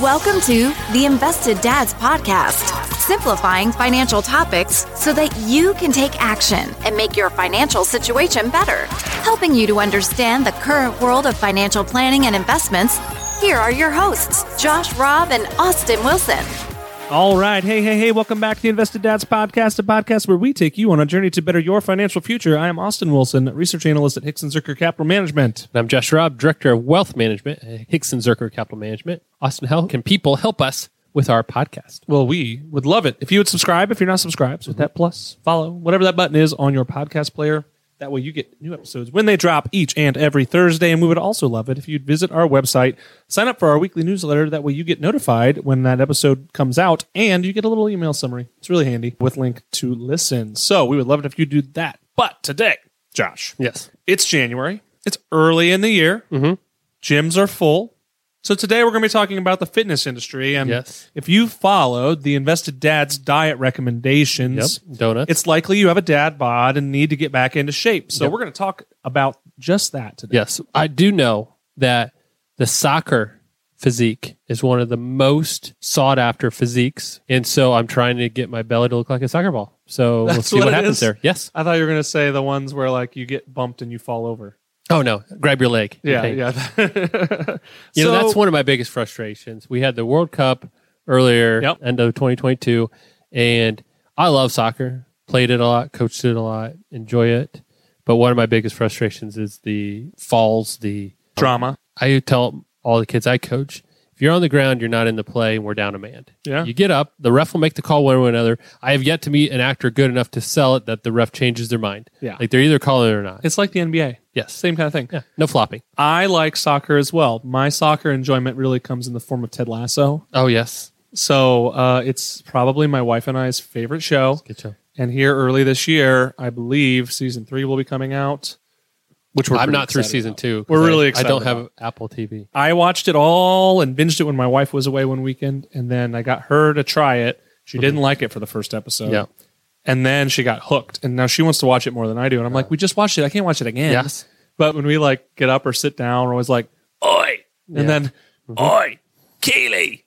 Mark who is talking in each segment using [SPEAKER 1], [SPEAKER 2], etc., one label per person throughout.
[SPEAKER 1] Welcome to the Invested Dads Podcast, simplifying financial topics so that you can take action and make your financial situation better. Helping you to understand the current world of financial planning and investments, here are your hosts, Josh Robb and Austin Wilson.
[SPEAKER 2] All right. Hey, hey, hey. Welcome back to the Invested Dads Podcast, a podcast where we take you on a journey to better your financial future. I am Austin Wilson, research analyst at Hickson Zerker Capital Management.
[SPEAKER 3] And I'm Josh Robb, Director of Wealth Management at Hickson Zerker Capital Management. Austin, how can people help us with our podcast?
[SPEAKER 2] Well, we would love it if you would subscribe. If you're not subscribed, so hit that plus, follow, whatever that button is on your podcast player. That way you get new episodes when they drop each and every Thursday. And we would also love it if you'd visit our website, sign up for our weekly newsletter. That way you get notified when that episode comes out and you get a little email summary. It's really handy with link to listen. So we would love it if you do that. But today, Josh,
[SPEAKER 3] Yes.
[SPEAKER 2] it's January. It's early in the year. Mm-hmm. Gyms are full. So today we're going to be talking about the fitness industry. And
[SPEAKER 3] Yes.
[SPEAKER 2] if you followed the Invested Dad's diet recommendations,
[SPEAKER 3] Yep, donuts.
[SPEAKER 2] it's likely you have a dad bod and need to get back into shape. So
[SPEAKER 3] Yep.
[SPEAKER 2] we're going to talk about just that today.
[SPEAKER 3] Yes. I do know that the soccer physique is one of the most sought after physiques. And so I'm trying to get my belly to look like a soccer ball. So we'll
[SPEAKER 2] That's
[SPEAKER 3] see what,
[SPEAKER 2] what it
[SPEAKER 3] happens
[SPEAKER 2] is.
[SPEAKER 3] there. Yes.
[SPEAKER 2] I thought you were going to say the ones where like you get bumped and you fall over.
[SPEAKER 3] Oh, no. Grab your leg.
[SPEAKER 2] Yeah,
[SPEAKER 3] Okay.
[SPEAKER 2] yeah.
[SPEAKER 3] You know,
[SPEAKER 2] So-
[SPEAKER 3] that's one of my biggest frustrations. We had the World Cup earlier,
[SPEAKER 2] Yep.
[SPEAKER 3] end of 2022, and I love soccer. Played it a lot, coached it a lot, enjoy it. But one of my biggest frustrations is the falls. The
[SPEAKER 2] drama.
[SPEAKER 3] I tell all the kids I coach, if you're on the ground, you're not in the play, and we're down a man.
[SPEAKER 2] Yeah.
[SPEAKER 3] You get up, the ref will make the call one way or another. I have yet to meet an actor good enough to sell it that the ref changes their mind.
[SPEAKER 2] Yeah.
[SPEAKER 3] Like they're either calling it or not.
[SPEAKER 2] It's like the NBA.
[SPEAKER 3] yes.
[SPEAKER 2] Same kind of thing.
[SPEAKER 3] Yeah. No flopping.
[SPEAKER 2] I like soccer as well. My soccer enjoyment really comes in the form of Ted Lasso.
[SPEAKER 3] Oh yes.
[SPEAKER 2] So uh, it's probably my wife and I's favorite show.
[SPEAKER 3] Good show.
[SPEAKER 2] And here early this year, I believe season three will be coming out, which we're
[SPEAKER 3] I'm
[SPEAKER 2] pretty
[SPEAKER 3] not through
[SPEAKER 2] excited
[SPEAKER 3] season
[SPEAKER 2] about.
[SPEAKER 3] two. 'cause
[SPEAKER 2] We're
[SPEAKER 3] I-
[SPEAKER 2] really
[SPEAKER 3] I don't
[SPEAKER 2] excited
[SPEAKER 3] have Apple TV.
[SPEAKER 2] I watched it all and binged it when my wife was away one weekend, and then I got her to try it. She didn't like it for the first episode.
[SPEAKER 3] Mm-hmm. Yeah.
[SPEAKER 2] And then she got hooked, and now she wants to watch it more than I do. And I'm like, we just watched it. I can't watch it again.
[SPEAKER 3] Yes.
[SPEAKER 2] But when we like get up or sit down, we're always like, "Oi!" and
[SPEAKER 3] Yeah. Mm-hmm.
[SPEAKER 2] then "Oi, Keely,"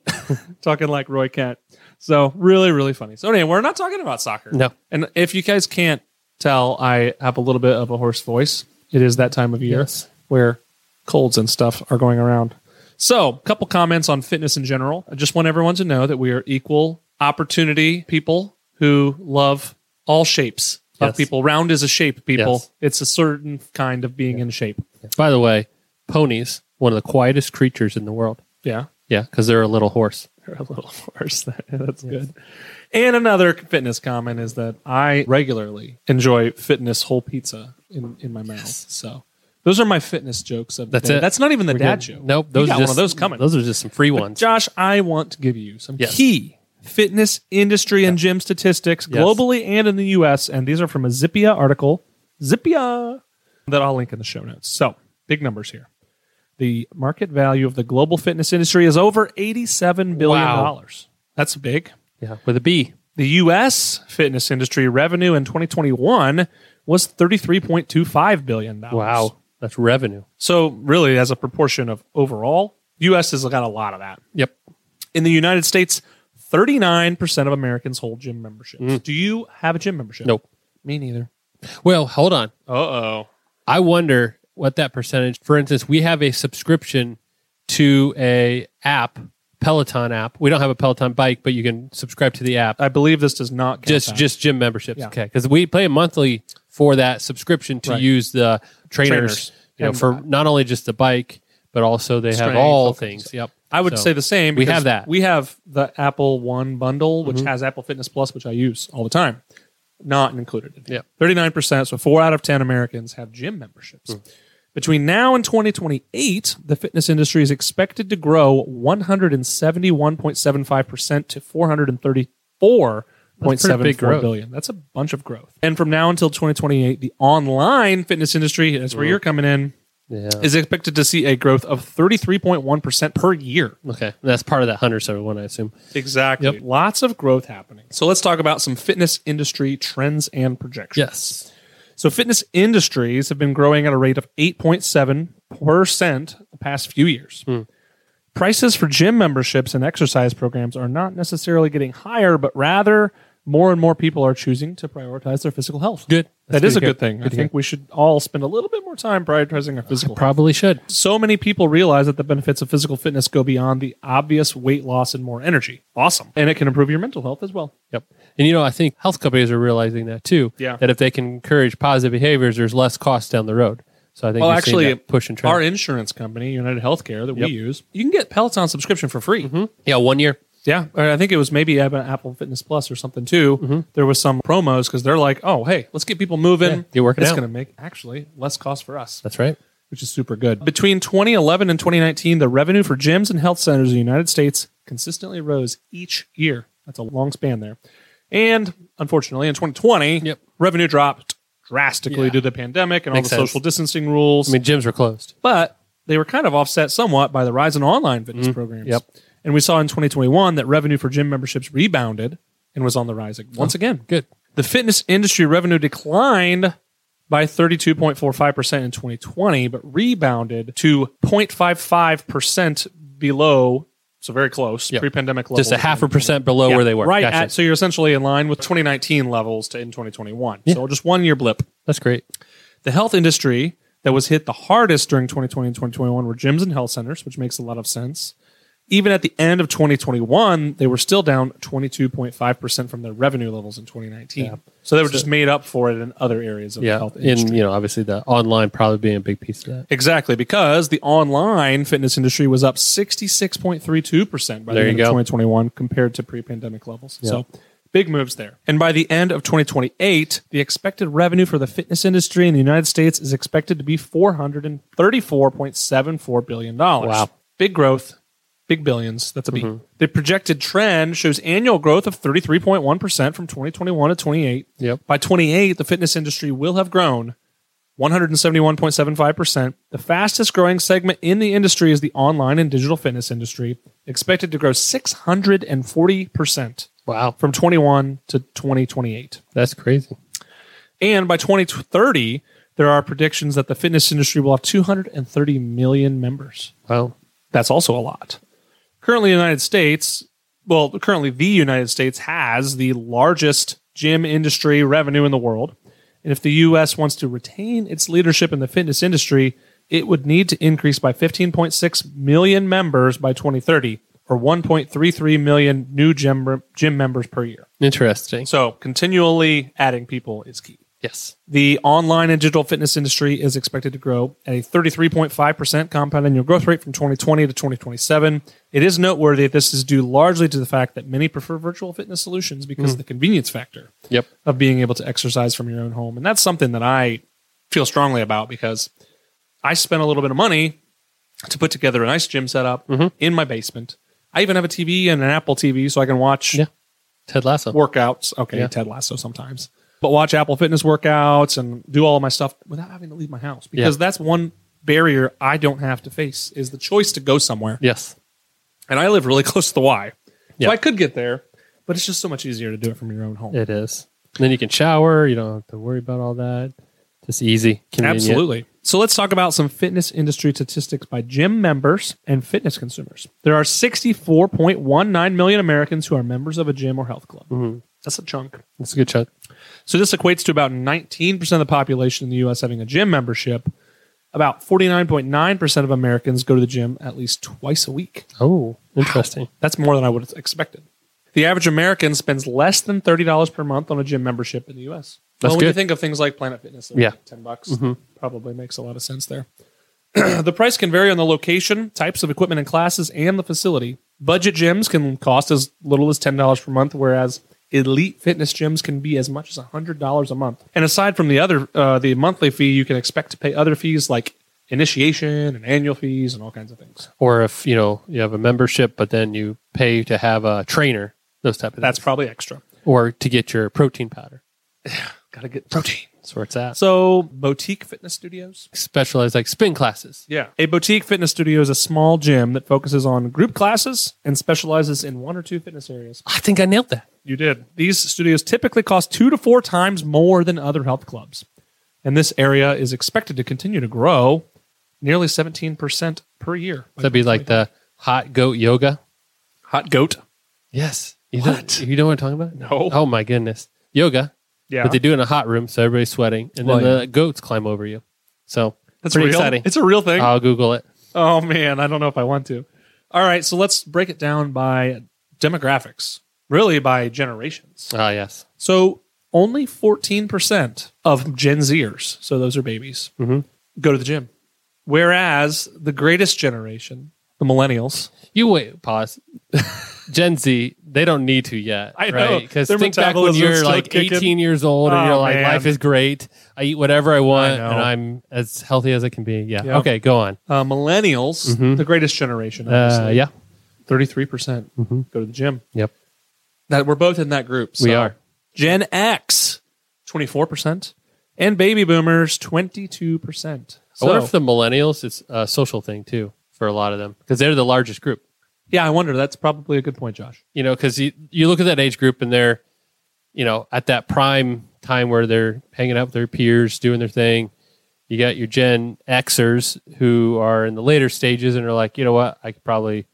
[SPEAKER 2] talking like Roy Kent. So really, really funny. So anyway, we're not talking about soccer.
[SPEAKER 3] No.
[SPEAKER 2] And if you guys can't tell, I have a little bit of a hoarse voice. It is that time of year
[SPEAKER 3] Yes.
[SPEAKER 2] where colds and stuff are going around. So, a couple comments on fitness in general. I just want everyone to know that we are equal opportunity people who love all shapes of
[SPEAKER 3] Yes.
[SPEAKER 2] people. Round is a shape, people.
[SPEAKER 3] Yes.
[SPEAKER 2] It's a certain kind of being in shape.
[SPEAKER 3] By the way, ponies, one of the quietest creatures in the world.
[SPEAKER 2] Yeah.
[SPEAKER 3] Yeah, because they're a little horse.
[SPEAKER 2] They're a little worse. That's good. And another fitness comment is that I regularly enjoy fitness whole pizza in, in my mouth. So those are my fitness jokes of the
[SPEAKER 3] That's
[SPEAKER 2] day.
[SPEAKER 3] it.
[SPEAKER 2] That's not even the dad
[SPEAKER 3] Good.
[SPEAKER 2] joke.
[SPEAKER 3] Nope.
[SPEAKER 2] You
[SPEAKER 3] Those
[SPEAKER 2] got
[SPEAKER 3] are just,
[SPEAKER 2] one of those coming.
[SPEAKER 3] Those are just some free ones.
[SPEAKER 2] Josh, I want to give you some
[SPEAKER 3] Yes.
[SPEAKER 2] key fitness industry and gym statistics
[SPEAKER 3] Yes.
[SPEAKER 2] globally and in the US. And these are from a Zippia article. Zippia that I'll link in the show notes. So big numbers here. The market value of the global fitness industry is over $87 billion. That's big.
[SPEAKER 3] yeah, with a B.
[SPEAKER 2] The US fitness industry revenue in 2021 was $33.25 billion.
[SPEAKER 3] Wow, that's revenue.
[SPEAKER 2] So, really, as a proportion of overall, US has got a lot of that.
[SPEAKER 3] Yep.
[SPEAKER 2] In the United States, 39% of Americans hold gym memberships. Do you have a gym membership?
[SPEAKER 3] Mm. Nope.
[SPEAKER 2] Me neither.
[SPEAKER 3] Well, hold on.
[SPEAKER 2] Uh oh.
[SPEAKER 3] I wonder what that percentage. For instance, we have a subscription to a app, Peloton app. We don't have a Peloton bike, but you can subscribe to the app.
[SPEAKER 2] I believe this does not count
[SPEAKER 3] just
[SPEAKER 2] that.
[SPEAKER 3] just gym memberships
[SPEAKER 2] Yeah.
[SPEAKER 3] okay because we pay monthly for that subscription to
[SPEAKER 2] Right.
[SPEAKER 3] use the trainers,
[SPEAKER 2] Trainers.
[SPEAKER 3] you know
[SPEAKER 2] And-
[SPEAKER 3] for not only just the bike but also they have
[SPEAKER 2] Strength,
[SPEAKER 3] all
[SPEAKER 2] all
[SPEAKER 3] things
[SPEAKER 2] kinds
[SPEAKER 3] yep
[SPEAKER 2] I would
[SPEAKER 3] So,
[SPEAKER 2] say the same.
[SPEAKER 3] we
[SPEAKER 2] because
[SPEAKER 3] have that. Mm-hmm.
[SPEAKER 2] We have the Apple One bundle, which has Apple Fitness Plus, which I use all the time, not included.
[SPEAKER 3] Yeah.
[SPEAKER 2] 39%. So four out of 10 Americans have gym memberships.
[SPEAKER 3] Hmm.
[SPEAKER 2] Between now and 2028, the fitness industry is expected to grow 171.75% to 434. Point
[SPEAKER 3] That's pretty
[SPEAKER 2] seven
[SPEAKER 3] big
[SPEAKER 2] four
[SPEAKER 3] growth.
[SPEAKER 2] billion. That's a bunch of growth. And from now until 2028, the online fitness industry, that's
[SPEAKER 3] Mm-hmm.
[SPEAKER 2] where you're coming in,
[SPEAKER 3] yeah
[SPEAKER 2] is expected to see a growth of 33.1% per year.
[SPEAKER 3] okay that's part of that hunter server one i assume
[SPEAKER 2] Exactly. Lots of growth happening. So let's talk about some fitness industry trends and projections.
[SPEAKER 3] yes
[SPEAKER 2] So fitness
[SPEAKER 3] Hmm.
[SPEAKER 2] industries have been growing at a rate of 8.7% the past few years. Prices for gym memberships and exercise programs are not necessarily getting higher, but rather more and more people are choosing to prioritize their physical health.
[SPEAKER 3] Good.
[SPEAKER 2] That
[SPEAKER 3] That's
[SPEAKER 2] is a
[SPEAKER 3] to hear.
[SPEAKER 2] good thing.
[SPEAKER 3] Good
[SPEAKER 2] I
[SPEAKER 3] to
[SPEAKER 2] think
[SPEAKER 3] hear.
[SPEAKER 2] we should all spend a little bit more time prioritizing our physical health.
[SPEAKER 3] Probably should.
[SPEAKER 2] So many people realize that the benefits of physical fitness go beyond the obvious weight loss and more energy. Awesome. And it can improve your mental health as well.
[SPEAKER 3] Yep. And you know, I think health companies are realizing that too.
[SPEAKER 2] Yeah.
[SPEAKER 3] That if they can encourage positive behaviors, there's less cost down the road. So I think
[SPEAKER 2] Well,
[SPEAKER 3] you're seeing
[SPEAKER 2] actually,
[SPEAKER 3] that push and trend.
[SPEAKER 2] our insurance company, United Healthcare, that
[SPEAKER 3] Yep. Mm-hmm.
[SPEAKER 2] we use, you can get Peloton subscription for free.
[SPEAKER 3] yeah, one year.
[SPEAKER 2] Yeah, or I think it was maybe at Apple Fitness Plus or something too.
[SPEAKER 3] Mm-hmm.
[SPEAKER 2] There was some promos because they're like, "Oh, hey, let's get people moving.
[SPEAKER 3] Yeah, get working
[SPEAKER 2] It's
[SPEAKER 3] out.
[SPEAKER 2] going to make actually less cost for us,
[SPEAKER 3] That's right.
[SPEAKER 2] which is super good." Between 2011 and 2019, the revenue for gyms and health centers in the United States consistently rose each year. That's a long span there, and unfortunately, in 2020,
[SPEAKER 3] Yep.
[SPEAKER 2] revenue dropped drastically
[SPEAKER 3] Yeah.
[SPEAKER 2] due to the pandemic and
[SPEAKER 3] Makes
[SPEAKER 2] all the
[SPEAKER 3] sense.
[SPEAKER 2] social distancing rules
[SPEAKER 3] I mean, gyms were closed.
[SPEAKER 2] but they were kind of offset somewhat by the rise in online fitness programs.
[SPEAKER 3] Mm-hmm. Yep.
[SPEAKER 2] And we saw in 2021 that revenue for gym memberships rebounded and was on the rise ag-
[SPEAKER 3] Oh.
[SPEAKER 2] once again.
[SPEAKER 3] Good.
[SPEAKER 2] The fitness industry revenue declined by 32.45% in 2020, but rebounded to 0.55% below, so very close,
[SPEAKER 3] Yep.
[SPEAKER 2] pre pandemic levels.
[SPEAKER 3] Just a half a percent below
[SPEAKER 2] Yeah,
[SPEAKER 3] where they were.
[SPEAKER 2] Right.
[SPEAKER 3] Gotcha.
[SPEAKER 2] At, so you're essentially in line with 2019 levels to in 2021. So just one year blip.
[SPEAKER 3] That's great.
[SPEAKER 2] The health industry that was hit the hardest during 2020 and 2021 were gyms and health centers, which makes a lot of sense. Even at the end of 2021, they were still down 22.5% from their revenue levels in 2019. So they were just made up for it in other areas of the
[SPEAKER 3] Yeah.
[SPEAKER 2] health industry.
[SPEAKER 3] And, you know, obviously the online probably being a big piece of that.
[SPEAKER 2] Exactly, because the online fitness industry was up 66.32% by
[SPEAKER 3] There
[SPEAKER 2] the end
[SPEAKER 3] you go.
[SPEAKER 2] of 2021 compared to pre pandemic levels. So big moves there. And by the end of 2028, the expected revenue for the fitness industry in the United States is expected to be $434.74 billion.
[SPEAKER 3] Wow.
[SPEAKER 2] Big growth, big billions. That's a beat. The projected trend shows annual growth of 33.1% from 2021 to 28.
[SPEAKER 3] Yep.
[SPEAKER 2] By 28, the fitness industry will have grown 171.75%. The fastest growing segment in the industry is the online and digital fitness industry, expected to grow 640%
[SPEAKER 3] Wow.
[SPEAKER 2] from 21 to 2028.
[SPEAKER 3] That's crazy.
[SPEAKER 2] And by 2030, there are predictions that the fitness industry will have 230 million members.
[SPEAKER 3] Wow.
[SPEAKER 2] That's also a lot. Currently, the United States, well, currently the United States has the largest gym industry revenue in the world. And if the U.S. wants to retain its leadership in the fitness industry, it would need to increase by 15.6 million members by 2030, or 1.33 million new gym, gym members per year.
[SPEAKER 3] Interesting.
[SPEAKER 2] So, continually adding people is key.
[SPEAKER 3] Yes.
[SPEAKER 2] The online and digital fitness industry is expected to grow at a 33.5% compound annual growth rate from 2020 to 2027. It is noteworthy that this is due largely to the fact that many prefer virtual fitness solutions because of the convenience factor
[SPEAKER 3] Yep.
[SPEAKER 2] of being able to exercise from your own home. And that's something that I feel strongly about because I spent a little bit of money to put together a nice gym setup in my basement. I even have a TV and an Apple TV so I can watch
[SPEAKER 3] Yeah. Ted Lasso.
[SPEAKER 2] workouts. Okay,
[SPEAKER 3] Yeah.
[SPEAKER 2] Ted Lasso sometimes, but watch Apple Fitness workouts and do all of my stuff without having to leave my house because
[SPEAKER 3] Yeah.
[SPEAKER 2] that's one barrier I don't have to face is the choice to go somewhere.
[SPEAKER 3] Yes.
[SPEAKER 2] And I live really close to the Y,
[SPEAKER 3] Yeah.
[SPEAKER 2] so I could get there, but it's just so much easier to do it from your own home.
[SPEAKER 3] It is. And then you can shower. You don't have to worry about all that. Just easy. Convenient.
[SPEAKER 2] Absolutely. So let's talk about some fitness industry statistics by gym members and fitness consumers. There are 64.19 million Americans who are members of a gym or health club.
[SPEAKER 3] Mm-hmm.
[SPEAKER 2] That's a chunk.
[SPEAKER 3] That's a good chunk.
[SPEAKER 2] So this equates to about 19% of the population in the US having a gym membership. About 49.9% of Americans go to the gym at least twice a week.
[SPEAKER 3] Oh, interesting.
[SPEAKER 2] That's more than I would have expected. The average American spends less than $30 per month on a gym membership in the US.
[SPEAKER 3] That's
[SPEAKER 2] well, when you
[SPEAKER 3] good.
[SPEAKER 2] think of things like Planet Fitness, they're
[SPEAKER 3] Yeah. Mm-hmm.
[SPEAKER 2] like 10 bucks probably makes a lot of sense there. the price can vary on the location, types of equipment and classes, and the facility. Budget gyms can cost as little as $10 per month, whereas elite fitness gyms can be as much as $100 a month. And aside from the other, uh, the monthly fee, you can expect to pay other fees like initiation and annual fees and all kinds of things.
[SPEAKER 3] Or if you know you have a membership, but then you pay to have a trainer, those type of
[SPEAKER 2] That's
[SPEAKER 3] things,
[SPEAKER 2] probably extra.
[SPEAKER 3] or to get your protein powder.
[SPEAKER 2] Got to get protein.
[SPEAKER 3] That's where it's at.
[SPEAKER 2] So, boutique fitness studios?
[SPEAKER 3] Specialized like spin classes.
[SPEAKER 2] Yeah. A boutique fitness studio is a small gym that focuses on group classes and specializes in one or two fitness areas.
[SPEAKER 3] I think I nailed that.
[SPEAKER 2] You did. These studios typically cost two to four times more than other health clubs. And this area is expected to continue to grow nearly 17% per year.
[SPEAKER 3] That'd be like the hot goat yoga.
[SPEAKER 2] Hot goat.
[SPEAKER 3] Yes. You
[SPEAKER 2] What?
[SPEAKER 3] Don't, you know what I'm talking about?
[SPEAKER 2] No.
[SPEAKER 3] Oh my goodness. Yoga.
[SPEAKER 2] Yeah.
[SPEAKER 3] But they do it in a hot room, so everybody's sweating, and
[SPEAKER 2] Well,
[SPEAKER 3] then
[SPEAKER 2] yeah.
[SPEAKER 3] the goats climb over you. So
[SPEAKER 2] That's
[SPEAKER 3] pretty
[SPEAKER 2] real.
[SPEAKER 3] exciting.
[SPEAKER 2] It's a real thing.
[SPEAKER 3] I'll Google it.
[SPEAKER 2] oh man, I don't know if I want to. Uh, All right, so let's break it down by demographics, really by generations.
[SPEAKER 3] Ah, yes.
[SPEAKER 2] So only 14% of Gen Zers, so those are babies,
[SPEAKER 3] Mhm.
[SPEAKER 2] go to the gym. Whereas the greatest generation, the millennials,
[SPEAKER 3] You wait. Pause. Gen Z, they don't need to yet.
[SPEAKER 2] I know.
[SPEAKER 3] Because
[SPEAKER 2] Their
[SPEAKER 3] think back when
[SPEAKER 2] metabolism's
[SPEAKER 3] you're
[SPEAKER 2] still
[SPEAKER 3] like
[SPEAKER 2] kicking.
[SPEAKER 3] 18 years old and
[SPEAKER 2] Oh,
[SPEAKER 3] you're like,
[SPEAKER 2] man.
[SPEAKER 3] life is great. I eat whatever I want,
[SPEAKER 2] know.
[SPEAKER 3] and I'm as healthy as I can be. Yeah.
[SPEAKER 2] Yeah.
[SPEAKER 3] Okay, go on.
[SPEAKER 2] uh, millennials,
[SPEAKER 3] Mhm.
[SPEAKER 2] the greatest generation,
[SPEAKER 3] Uh,
[SPEAKER 2] obviously,
[SPEAKER 3] yeah.
[SPEAKER 2] 33% percent
[SPEAKER 3] Mhm.
[SPEAKER 2] go to the gym.
[SPEAKER 3] Yep.
[SPEAKER 2] That we're both in that group.
[SPEAKER 3] We
[SPEAKER 2] so.
[SPEAKER 3] are.
[SPEAKER 2] Gen X, 24%, and baby boomers, 22%.
[SPEAKER 3] I wonder
[SPEAKER 2] So-
[SPEAKER 3] if the millennials, it's a social thing too for a lot of them because they're the largest group.
[SPEAKER 2] yeah, I wonder. That's probably a good point, Josh.
[SPEAKER 3] You know, because you, you look at that age group and they're, you know, at that prime time where they're hanging out with their peers, doing their thing. You got your Gen Xers who are in the later stages and are like, you know what, I could probably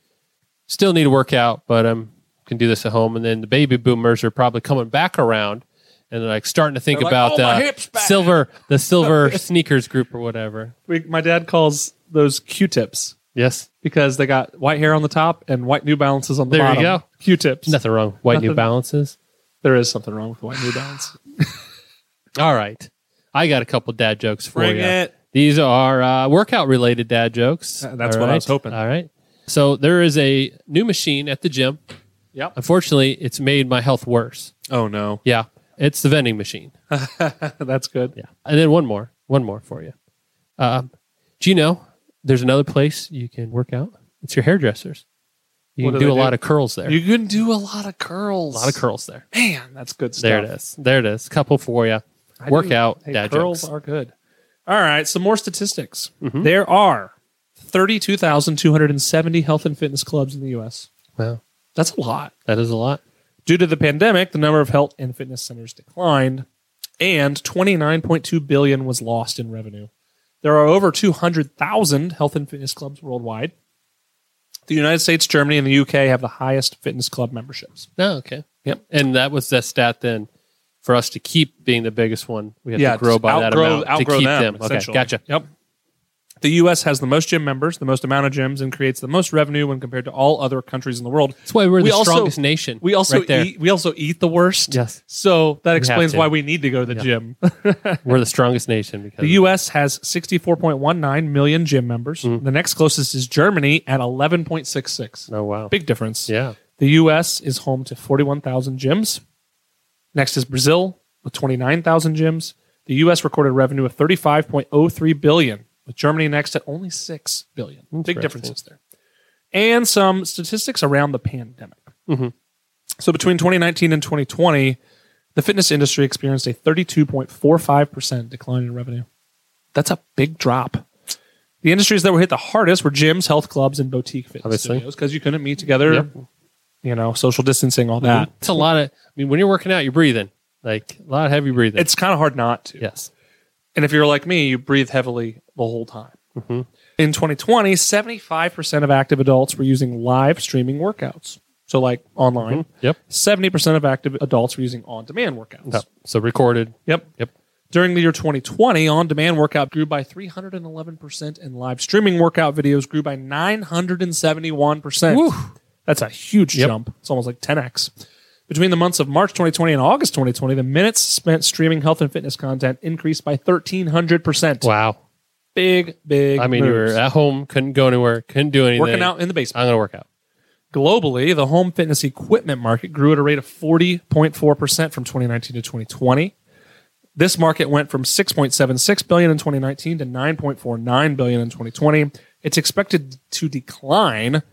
[SPEAKER 3] still need to work out, but I um, can do this at home. And then the baby boomers are probably coming back around and they're like starting to think
[SPEAKER 2] They're like,
[SPEAKER 3] about
[SPEAKER 2] "Oh, my hip's
[SPEAKER 3] the
[SPEAKER 2] back."
[SPEAKER 3] silver, the silver sneakers group or whatever.
[SPEAKER 2] We, my dad calls those Q-tips
[SPEAKER 3] Yes.
[SPEAKER 2] because they got white hair on the top and white New Balances on the
[SPEAKER 3] There you
[SPEAKER 2] bottom.
[SPEAKER 3] go.
[SPEAKER 2] Q-tips.
[SPEAKER 3] Nothing wrong. White New
[SPEAKER 2] Nothing.
[SPEAKER 3] Balances.
[SPEAKER 2] There is something wrong with white New Balance.
[SPEAKER 3] All right. I got a couple dad jokes for
[SPEAKER 2] Bring
[SPEAKER 3] you.
[SPEAKER 2] it.
[SPEAKER 3] These are uh, workout related dad jokes.
[SPEAKER 2] Uh, that's
[SPEAKER 3] All
[SPEAKER 2] what I was hoping.
[SPEAKER 3] All right. So there is a new machine at the gym.
[SPEAKER 2] yep.
[SPEAKER 3] Unfortunately, it's made my health worse.
[SPEAKER 2] Oh no,
[SPEAKER 3] Yeah. It's the vending machine.
[SPEAKER 2] that's good.
[SPEAKER 3] Yeah. And then one more. One more for you. Um, do you know there's another place you can work out? It's your hairdressers. You
[SPEAKER 2] What
[SPEAKER 3] can
[SPEAKER 2] do
[SPEAKER 3] do,
[SPEAKER 2] they
[SPEAKER 3] a
[SPEAKER 2] do?
[SPEAKER 3] lot of curls there.
[SPEAKER 2] You can do a lot of curls.
[SPEAKER 3] a lot of curls there.
[SPEAKER 2] Man, that's good stuff.
[SPEAKER 3] There it is. There it is. Couple for you. Workout
[SPEAKER 2] Hey,
[SPEAKER 3] dad
[SPEAKER 2] curls
[SPEAKER 3] jokes. Mm-hmm.
[SPEAKER 2] are good. All right, some more statistics. There are 32,270 health and fitness clubs in the U.S.
[SPEAKER 3] wow.
[SPEAKER 2] That's a lot.
[SPEAKER 3] That is a lot.
[SPEAKER 2] Due to the pandemic, the number of health and fitness centers declined, and 29.2 billion was lost in revenue. There are over 200,000 health and fitness clubs worldwide. The United States, Germany, and the UK have the highest fitness club memberships.
[SPEAKER 3] No, okay.
[SPEAKER 2] Yep.
[SPEAKER 3] And that was the stat then for us to keep being the biggest one. We have
[SPEAKER 2] yeah,
[SPEAKER 3] to grow
[SPEAKER 2] just
[SPEAKER 3] by
[SPEAKER 2] outgrow,
[SPEAKER 3] that amount
[SPEAKER 2] outgrow
[SPEAKER 3] to keep
[SPEAKER 2] them.
[SPEAKER 3] them. Okay,
[SPEAKER 2] essentially.
[SPEAKER 3] gotcha.
[SPEAKER 2] Yep. The U.S. has the most gym members, the most amount of gyms, and creates the most revenue when compared to all other countries in the world.
[SPEAKER 3] That's why we're
[SPEAKER 2] We
[SPEAKER 3] the
[SPEAKER 2] also-
[SPEAKER 3] strongest nation.
[SPEAKER 2] We also
[SPEAKER 3] right there.
[SPEAKER 2] eat, we also eat the worst.
[SPEAKER 3] Yes.
[SPEAKER 2] So that explains
[SPEAKER 3] to.
[SPEAKER 2] why we need to go to the gym.
[SPEAKER 3] we're the strongest nation because
[SPEAKER 2] The U.S. has 64.19 million gym members. The next closest is Germany at 11.66.
[SPEAKER 3] Oh wow.
[SPEAKER 2] Big difference.
[SPEAKER 3] Yeah.
[SPEAKER 2] The U.S. is home to 41,000 gyms. Next is Brazil with 29,000 gyms. The U.S. recorded revenue of 35.03 billion, with Germany next at only 6 billion. Big
[SPEAKER 3] Interesting.
[SPEAKER 2] differences there. And some statistics around the pandemic.
[SPEAKER 3] Mm-hmm.
[SPEAKER 2] So between 2019 and 2020, the fitness industry experienced a 32.45% decline in revenue. That's a big drop. The industries that were hit the hardest were gyms, health clubs, and boutique fitness
[SPEAKER 3] Obviously.
[SPEAKER 2] studios because you couldn't meet together,
[SPEAKER 3] Yep.
[SPEAKER 2] you know, social distancing, all that.
[SPEAKER 3] It's a lot of I mean when you're working out you're breathing. Like a lot of heavy breathing.
[SPEAKER 2] It's kind of hard not to.
[SPEAKER 3] yes.
[SPEAKER 2] And if you're like me, you breathe heavily the whole time. In 2020, 75% of active adults were using live streaming workouts. So, like online,
[SPEAKER 3] Yep.
[SPEAKER 2] 70% of active adults were using on demand workouts.
[SPEAKER 3] No. So recorded.
[SPEAKER 2] Yep.
[SPEAKER 3] Yep.
[SPEAKER 2] During the year 2020, on demand workout grew by 311%, and live streaming workout videos grew by 971%.
[SPEAKER 3] Woo.
[SPEAKER 2] That's a huge
[SPEAKER 3] Yep.
[SPEAKER 2] jump. It's almost like 10x. Between the months of March 2020 and August 2020, the minutes spent streaming health and fitness content increased by 1,300%.
[SPEAKER 3] Wow.
[SPEAKER 2] Big, big.
[SPEAKER 3] I mean you were
[SPEAKER 2] moves.
[SPEAKER 3] at home, couldn't go anywhere, couldn't do anything.
[SPEAKER 2] working out in the basement.
[SPEAKER 3] I'm gonna work out.
[SPEAKER 2] Globally, the home fitness equipment market grew at a rate of 40.4% from 2019 to 2020. This market went from 6.76 billion in 2019 to 9.49 billion in 2020. It's expected to decline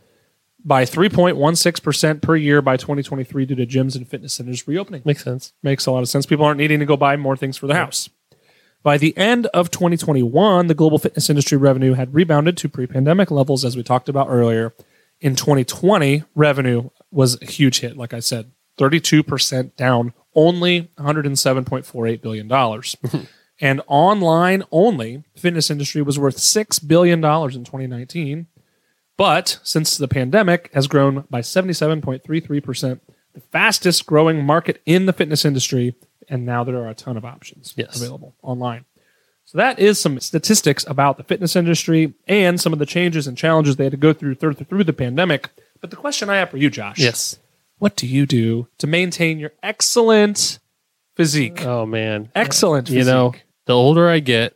[SPEAKER 2] by 3.16% per year by 2023 due to gyms and fitness centers reopening
[SPEAKER 3] Makes sense.
[SPEAKER 2] makes a lot of sense. People aren't needing to go buy more things for their house. By the end of 2021, the global fitness industry revenue had rebounded to pre pandemic levels, as we talked about earlier. In 2020, revenue was a huge hit, like I said, 32% down, only $107.48 billion. and online only, fitness industry was worth $6 billion in 2019 But since the pandemic has grown by 77.33%, the fastest growing market in the fitness industry, and now there are a ton of options
[SPEAKER 3] Yes.
[SPEAKER 2] available online. So that is some statistics about the fitness industry and some of the changes and challenges they had to go through through, through the pandemic. But the question I have for you, Josh,
[SPEAKER 3] Yes.
[SPEAKER 2] what do you do to maintain your excellent physique?
[SPEAKER 3] Oh man.
[SPEAKER 2] excellent
[SPEAKER 3] You
[SPEAKER 2] physique.
[SPEAKER 3] know, the older I get,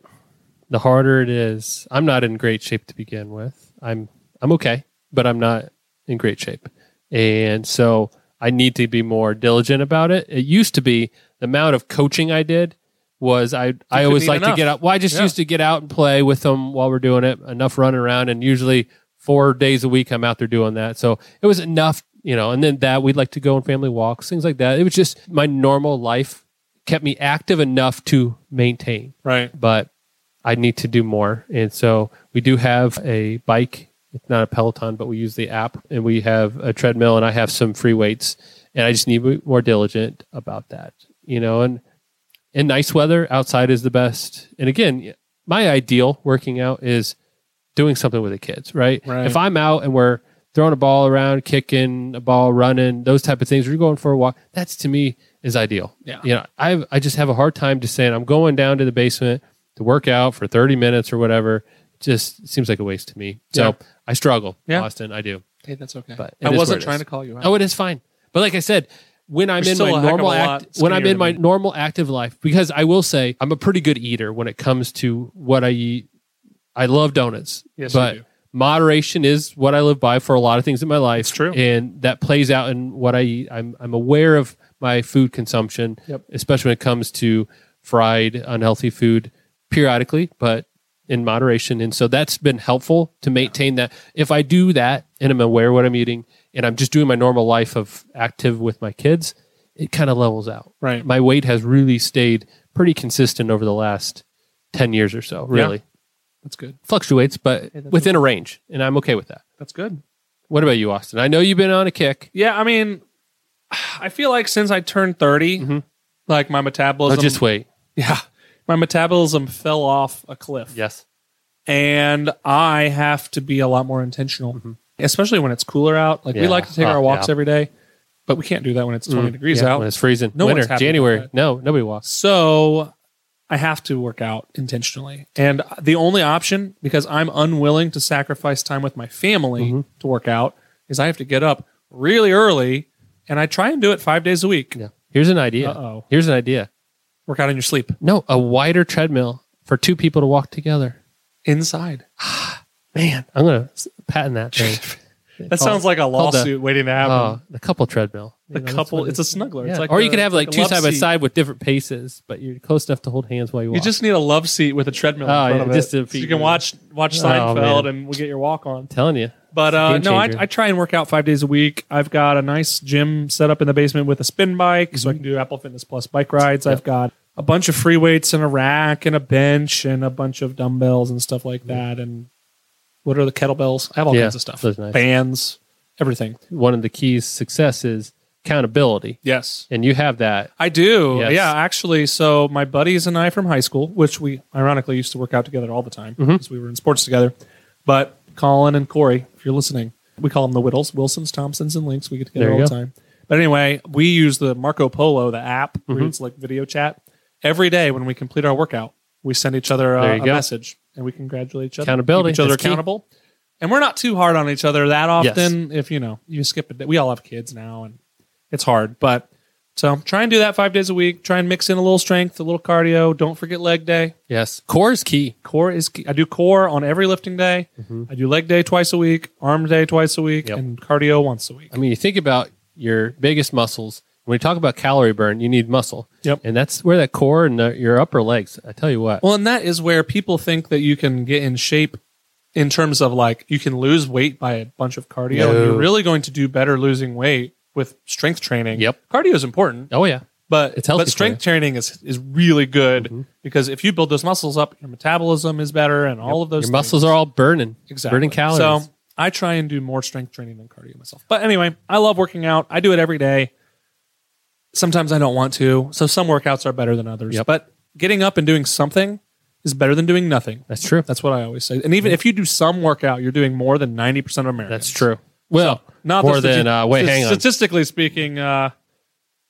[SPEAKER 3] the harder it is. I'm not in great shape to begin with. I'm I'm okay, but I'm not in great shape. And so I need to be more diligent about it. It used to be the amount of coaching I did was I I always
[SPEAKER 2] eat
[SPEAKER 3] like to
[SPEAKER 2] enough.
[SPEAKER 3] get out. Well, I just
[SPEAKER 2] Yeah.
[SPEAKER 3] used to get out and play with them while we're doing it. Enough running around, and usually four days a week I'm out there doing that. So it was enough, you know. And then that we'd like to go on family walks, things like that. It was just my normal life kept me active enough to maintain
[SPEAKER 2] right.
[SPEAKER 3] but I need to do more. And so we do have a bike. It's not a Peloton, but we use the app and we have a treadmill and I have some free weights and I just need to be more diligent about that, you know, and in nice weather outside is the best. And again, my ideal working out is doing something with the kids, right?
[SPEAKER 2] Right.
[SPEAKER 3] If I'm out and we're throwing a ball around, kicking a ball, running, those type of things, or you're going for a walk, that's to me is ideal.
[SPEAKER 2] Yeah.
[SPEAKER 3] You know, I I just have a hard time just saying I'm going down to the basement to work out for 30 minutes or whatever. Just seems like a waste to me. So
[SPEAKER 2] Yeah.
[SPEAKER 3] I struggle,
[SPEAKER 2] Yeah.
[SPEAKER 3] Austin. I do.
[SPEAKER 2] Hey, that's okay.
[SPEAKER 3] But it
[SPEAKER 2] I
[SPEAKER 3] is
[SPEAKER 2] wasn't
[SPEAKER 3] what it
[SPEAKER 2] trying
[SPEAKER 3] is.
[SPEAKER 2] to call you out.
[SPEAKER 3] Oh, it is fine. But like I said, when I'm
[SPEAKER 2] You're
[SPEAKER 3] in
[SPEAKER 2] still a
[SPEAKER 3] my
[SPEAKER 2] heck of a
[SPEAKER 3] normal
[SPEAKER 2] lot
[SPEAKER 3] act, when I'm
[SPEAKER 2] skinnier
[SPEAKER 3] in my
[SPEAKER 2] than me.
[SPEAKER 3] normal active life, because I will say I'm a pretty good eater when it comes to what I eat. I love donuts,
[SPEAKER 2] Yes, you
[SPEAKER 3] but
[SPEAKER 2] do.
[SPEAKER 3] moderation is what I live by for a lot of things in my life.
[SPEAKER 2] It's true.
[SPEAKER 3] and that plays out in what I eat. I'm I'm aware of my food consumption,
[SPEAKER 2] Yep.
[SPEAKER 3] especially when it comes to fried, unhealthy food periodically, but in moderation. And so that's been helpful to maintain that. If I do that and I'm aware what I'm eating and I'm just doing my normal life of active with my kids, it kind of levels out.
[SPEAKER 2] Right.
[SPEAKER 3] My weight has really stayed pretty consistent over the last 10 years or so, really.
[SPEAKER 2] that's good.
[SPEAKER 3] Fluctuates, but
[SPEAKER 2] that's
[SPEAKER 3] within a range. And I'm okay with that.
[SPEAKER 2] That's good.
[SPEAKER 3] What about you, Austin? I know you've been on a kick.
[SPEAKER 2] Yeah, I mean, I feel like since I turned 30, like my
[SPEAKER 3] Mm-hmm. Oh,
[SPEAKER 2] metabolism
[SPEAKER 3] just wait.
[SPEAKER 2] yeah, my metabolism fell off a cliff.
[SPEAKER 3] Yes.
[SPEAKER 2] And I have to be a lot more intentional, especially when it's cooler out. Like we
[SPEAKER 3] Mm-hmm. Yeah.
[SPEAKER 2] like to take
[SPEAKER 3] Oh,
[SPEAKER 2] our walks
[SPEAKER 3] yeah. Mm-hmm.
[SPEAKER 2] every day, but we can't do that when it's 20 degrees
[SPEAKER 3] Yeah,
[SPEAKER 2] out.
[SPEAKER 3] when it's freezing.
[SPEAKER 2] No one's
[SPEAKER 3] Winter,
[SPEAKER 2] happy about
[SPEAKER 3] January.
[SPEAKER 2] that.
[SPEAKER 3] No, nobody walks.
[SPEAKER 2] So I have to work out intentionally. And the only option, because I'm unwilling to sacrifice time with my family to work out, is I have to get up really early and I try and do it five days a week.
[SPEAKER 3] Yeah. Here's an idea.
[SPEAKER 2] Uh-oh.
[SPEAKER 3] Here's an idea.
[SPEAKER 2] Work out in your sleep
[SPEAKER 3] No, a wider treadmill for two people to walk together.
[SPEAKER 2] inside.
[SPEAKER 3] Man, I'm gonna s- patent that thing.
[SPEAKER 2] That sounds like a
[SPEAKER 3] called the-
[SPEAKER 2] lawsuit waiting to happen.
[SPEAKER 3] oh, the couple treadmill.
[SPEAKER 2] the
[SPEAKER 3] You know, that's
[SPEAKER 2] couple,
[SPEAKER 3] what it
[SPEAKER 2] it's a
[SPEAKER 3] is.
[SPEAKER 2] snuggler.
[SPEAKER 3] Yeah.
[SPEAKER 2] It's like
[SPEAKER 3] or
[SPEAKER 2] a-
[SPEAKER 3] you could have
[SPEAKER 2] it's
[SPEAKER 3] like
[SPEAKER 2] a
[SPEAKER 3] two
[SPEAKER 2] love
[SPEAKER 3] side by
[SPEAKER 2] seat.
[SPEAKER 3] side with different paces, but you're close enough to hold hands while you
[SPEAKER 2] You
[SPEAKER 3] walk.
[SPEAKER 2] just need a love seat with a treadmill.
[SPEAKER 3] Oh,
[SPEAKER 2] in front
[SPEAKER 3] yeah,
[SPEAKER 2] of it.
[SPEAKER 3] just to
[SPEAKER 2] so you
[SPEAKER 3] feed
[SPEAKER 2] can
[SPEAKER 3] you.
[SPEAKER 2] watch watch
[SPEAKER 3] Oh,
[SPEAKER 2] Seinfeld,
[SPEAKER 3] man.
[SPEAKER 2] and we'll get your walk on.
[SPEAKER 3] I'm telling you.
[SPEAKER 2] But uh,
[SPEAKER 3] It's a
[SPEAKER 2] no, I,
[SPEAKER 3] game changer.
[SPEAKER 2] I try and work out five days a week. I've got a nice gym set up in the basement with a spin bike, so I can do Apple Fitness Plus bike rides. I've got a bunch of free weights and a rack and a bench and a bunch of dumbbells and stuff like that. And what are the kettlebells? I have all
[SPEAKER 3] Yeah,
[SPEAKER 2] kinds of stuff.
[SPEAKER 3] those are nice.
[SPEAKER 2] Bands, everything.
[SPEAKER 3] One of the keys to success is accountability.
[SPEAKER 2] Yes,
[SPEAKER 3] And you have that.
[SPEAKER 2] I do.
[SPEAKER 3] Yes.
[SPEAKER 2] Yeah, actually. So my buddies and I from high school, which we ironically used to work out together all the time
[SPEAKER 3] Mm-hmm.
[SPEAKER 2] because we were in sports together. But Colin and Corey, if you're listening, we call them the Whittles, Wilsons, Thompsons, and Links. We get together
[SPEAKER 3] There
[SPEAKER 2] all
[SPEAKER 3] you
[SPEAKER 2] the
[SPEAKER 3] go.
[SPEAKER 2] time. But anyway, we use the Marco Polo, the app,
[SPEAKER 3] Mm-hmm.
[SPEAKER 2] where it's like video chat. Every day when we complete our workout, we send each other
[SPEAKER 3] There
[SPEAKER 2] a,
[SPEAKER 3] you
[SPEAKER 2] a
[SPEAKER 3] go.
[SPEAKER 2] message and we congratulate each other, keep
[SPEAKER 3] Accountability,
[SPEAKER 2] each other
[SPEAKER 3] that's key.
[SPEAKER 2] accountable. And we're not too hard on each other that
[SPEAKER 3] Yes.
[SPEAKER 2] often. If you know, you skip a day. We all have kids now, and it's hard. But so try and do that five days a week. Try and mix in a little strength, a little cardio. Don't forget leg day.
[SPEAKER 3] Yes. Core is key.
[SPEAKER 2] Core is key. I do core on every lifting day. I do leg day twice a week, arm day twice a week,
[SPEAKER 3] Mm-hmm. Yep.
[SPEAKER 2] and cardio once a week.
[SPEAKER 3] I mean, you think about your biggest muscles. When you talk about calorie burn, you need muscle.
[SPEAKER 2] Yep.
[SPEAKER 3] And that's where that core and the, your upper legs. I tell you what.
[SPEAKER 2] Well, and that is where people think that you can get in shape in terms of like you can lose weight by a bunch of cardio. And
[SPEAKER 3] No.
[SPEAKER 2] you're really going to do better losing weight with strength training.
[SPEAKER 3] Yep.
[SPEAKER 2] Cardio is important.
[SPEAKER 3] oh yeah.
[SPEAKER 2] but
[SPEAKER 3] It's healthy Mm-hmm.
[SPEAKER 2] but strength training is is really good because if you build those muscles up, your metabolism is better, and all of those
[SPEAKER 3] Your muscles are all burning.
[SPEAKER 2] exactly.
[SPEAKER 3] Burning calories.
[SPEAKER 2] So I try and do more strength training than cardio myself. But anyway, I love working out. I do it every day. Sometimes I don't want to, so some workouts are better than others.
[SPEAKER 3] Yep.
[SPEAKER 2] But getting up and doing something is better than doing nothing.
[SPEAKER 3] That's true.
[SPEAKER 2] That's what I always say. And even if you do some workout, you're doing more than 90% of Americans.
[SPEAKER 3] Mm-hmm. That's true. Well,
[SPEAKER 2] Not
[SPEAKER 3] more
[SPEAKER 2] the stati-
[SPEAKER 3] than uh, wait,
[SPEAKER 2] st-
[SPEAKER 3] hang on.
[SPEAKER 2] Statistically speaking, uh,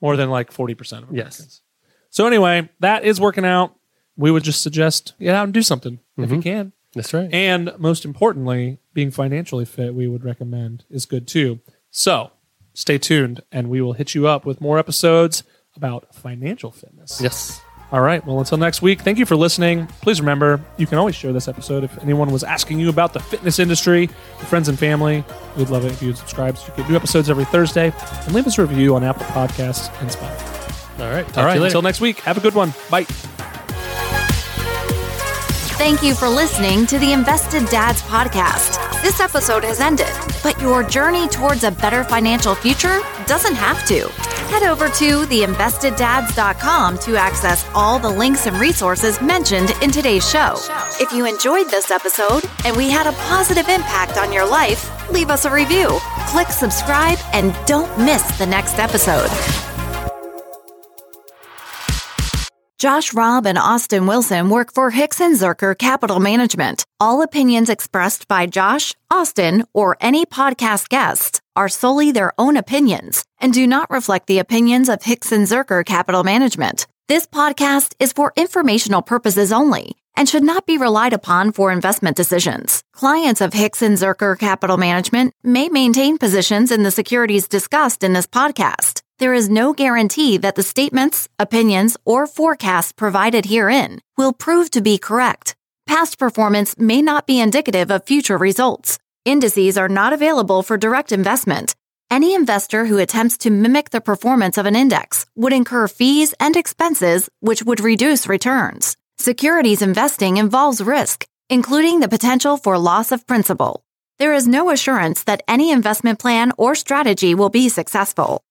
[SPEAKER 2] more than like 40% of Americans.
[SPEAKER 3] Yes,
[SPEAKER 2] So anyway, that is working out. We would just suggest get out and do something if
[SPEAKER 3] Mm-hmm.
[SPEAKER 2] you can.
[SPEAKER 3] that's right.
[SPEAKER 2] And most importantly, being financially fit, we would recommend is good too. So stay tuned and we will hit you up with more episodes about financial fitness.
[SPEAKER 3] yes.
[SPEAKER 2] All right. Well, until next week, thank you for listening. Please remember, you can always share this episode if anyone was asking you about the fitness industry, your friends and family. We'd love it if you would subscribe so you get new episodes every Thursday and leave us a review on Apple Podcasts and Spotify.
[SPEAKER 3] All right. Talk
[SPEAKER 2] All
[SPEAKER 3] To
[SPEAKER 2] right.
[SPEAKER 3] you later.
[SPEAKER 2] Until next week, have a good one. Bye.
[SPEAKER 1] Thank you for listening to the Invested Dads podcast. This episode has ended, but your journey towards a better financial future doesn't have to. Head over to theinvesteddads.com to access all the links and resources mentioned in today's show. If you enjoyed this episode and we had a positive impact on your life, leave us a review, click subscribe, and don't miss the next episode. Josh Robb and Austin Wilson work for Hicks and Zerker Capital Management. All opinions expressed by Josh, Austin, or any podcast guests are solely their own opinions and do not reflect the opinions of Hicks and Zerker Capital Management. This podcast is for informational purposes only and should not be relied upon for investment decisions. Clients of Hicks and Zerker Capital Management may maintain positions in the securities discussed in this podcast. There is no guarantee that the statements, opinions, or forecasts provided herein will prove to be correct. Past performance may not be indicative of future results. Indices are not available for direct investment. Any investor who attempts to mimic the performance of an index would incur fees and expenses which would reduce returns. Securities investing involves risk, including the potential for loss of principal. There is no assurance that any investment plan or strategy will be successful.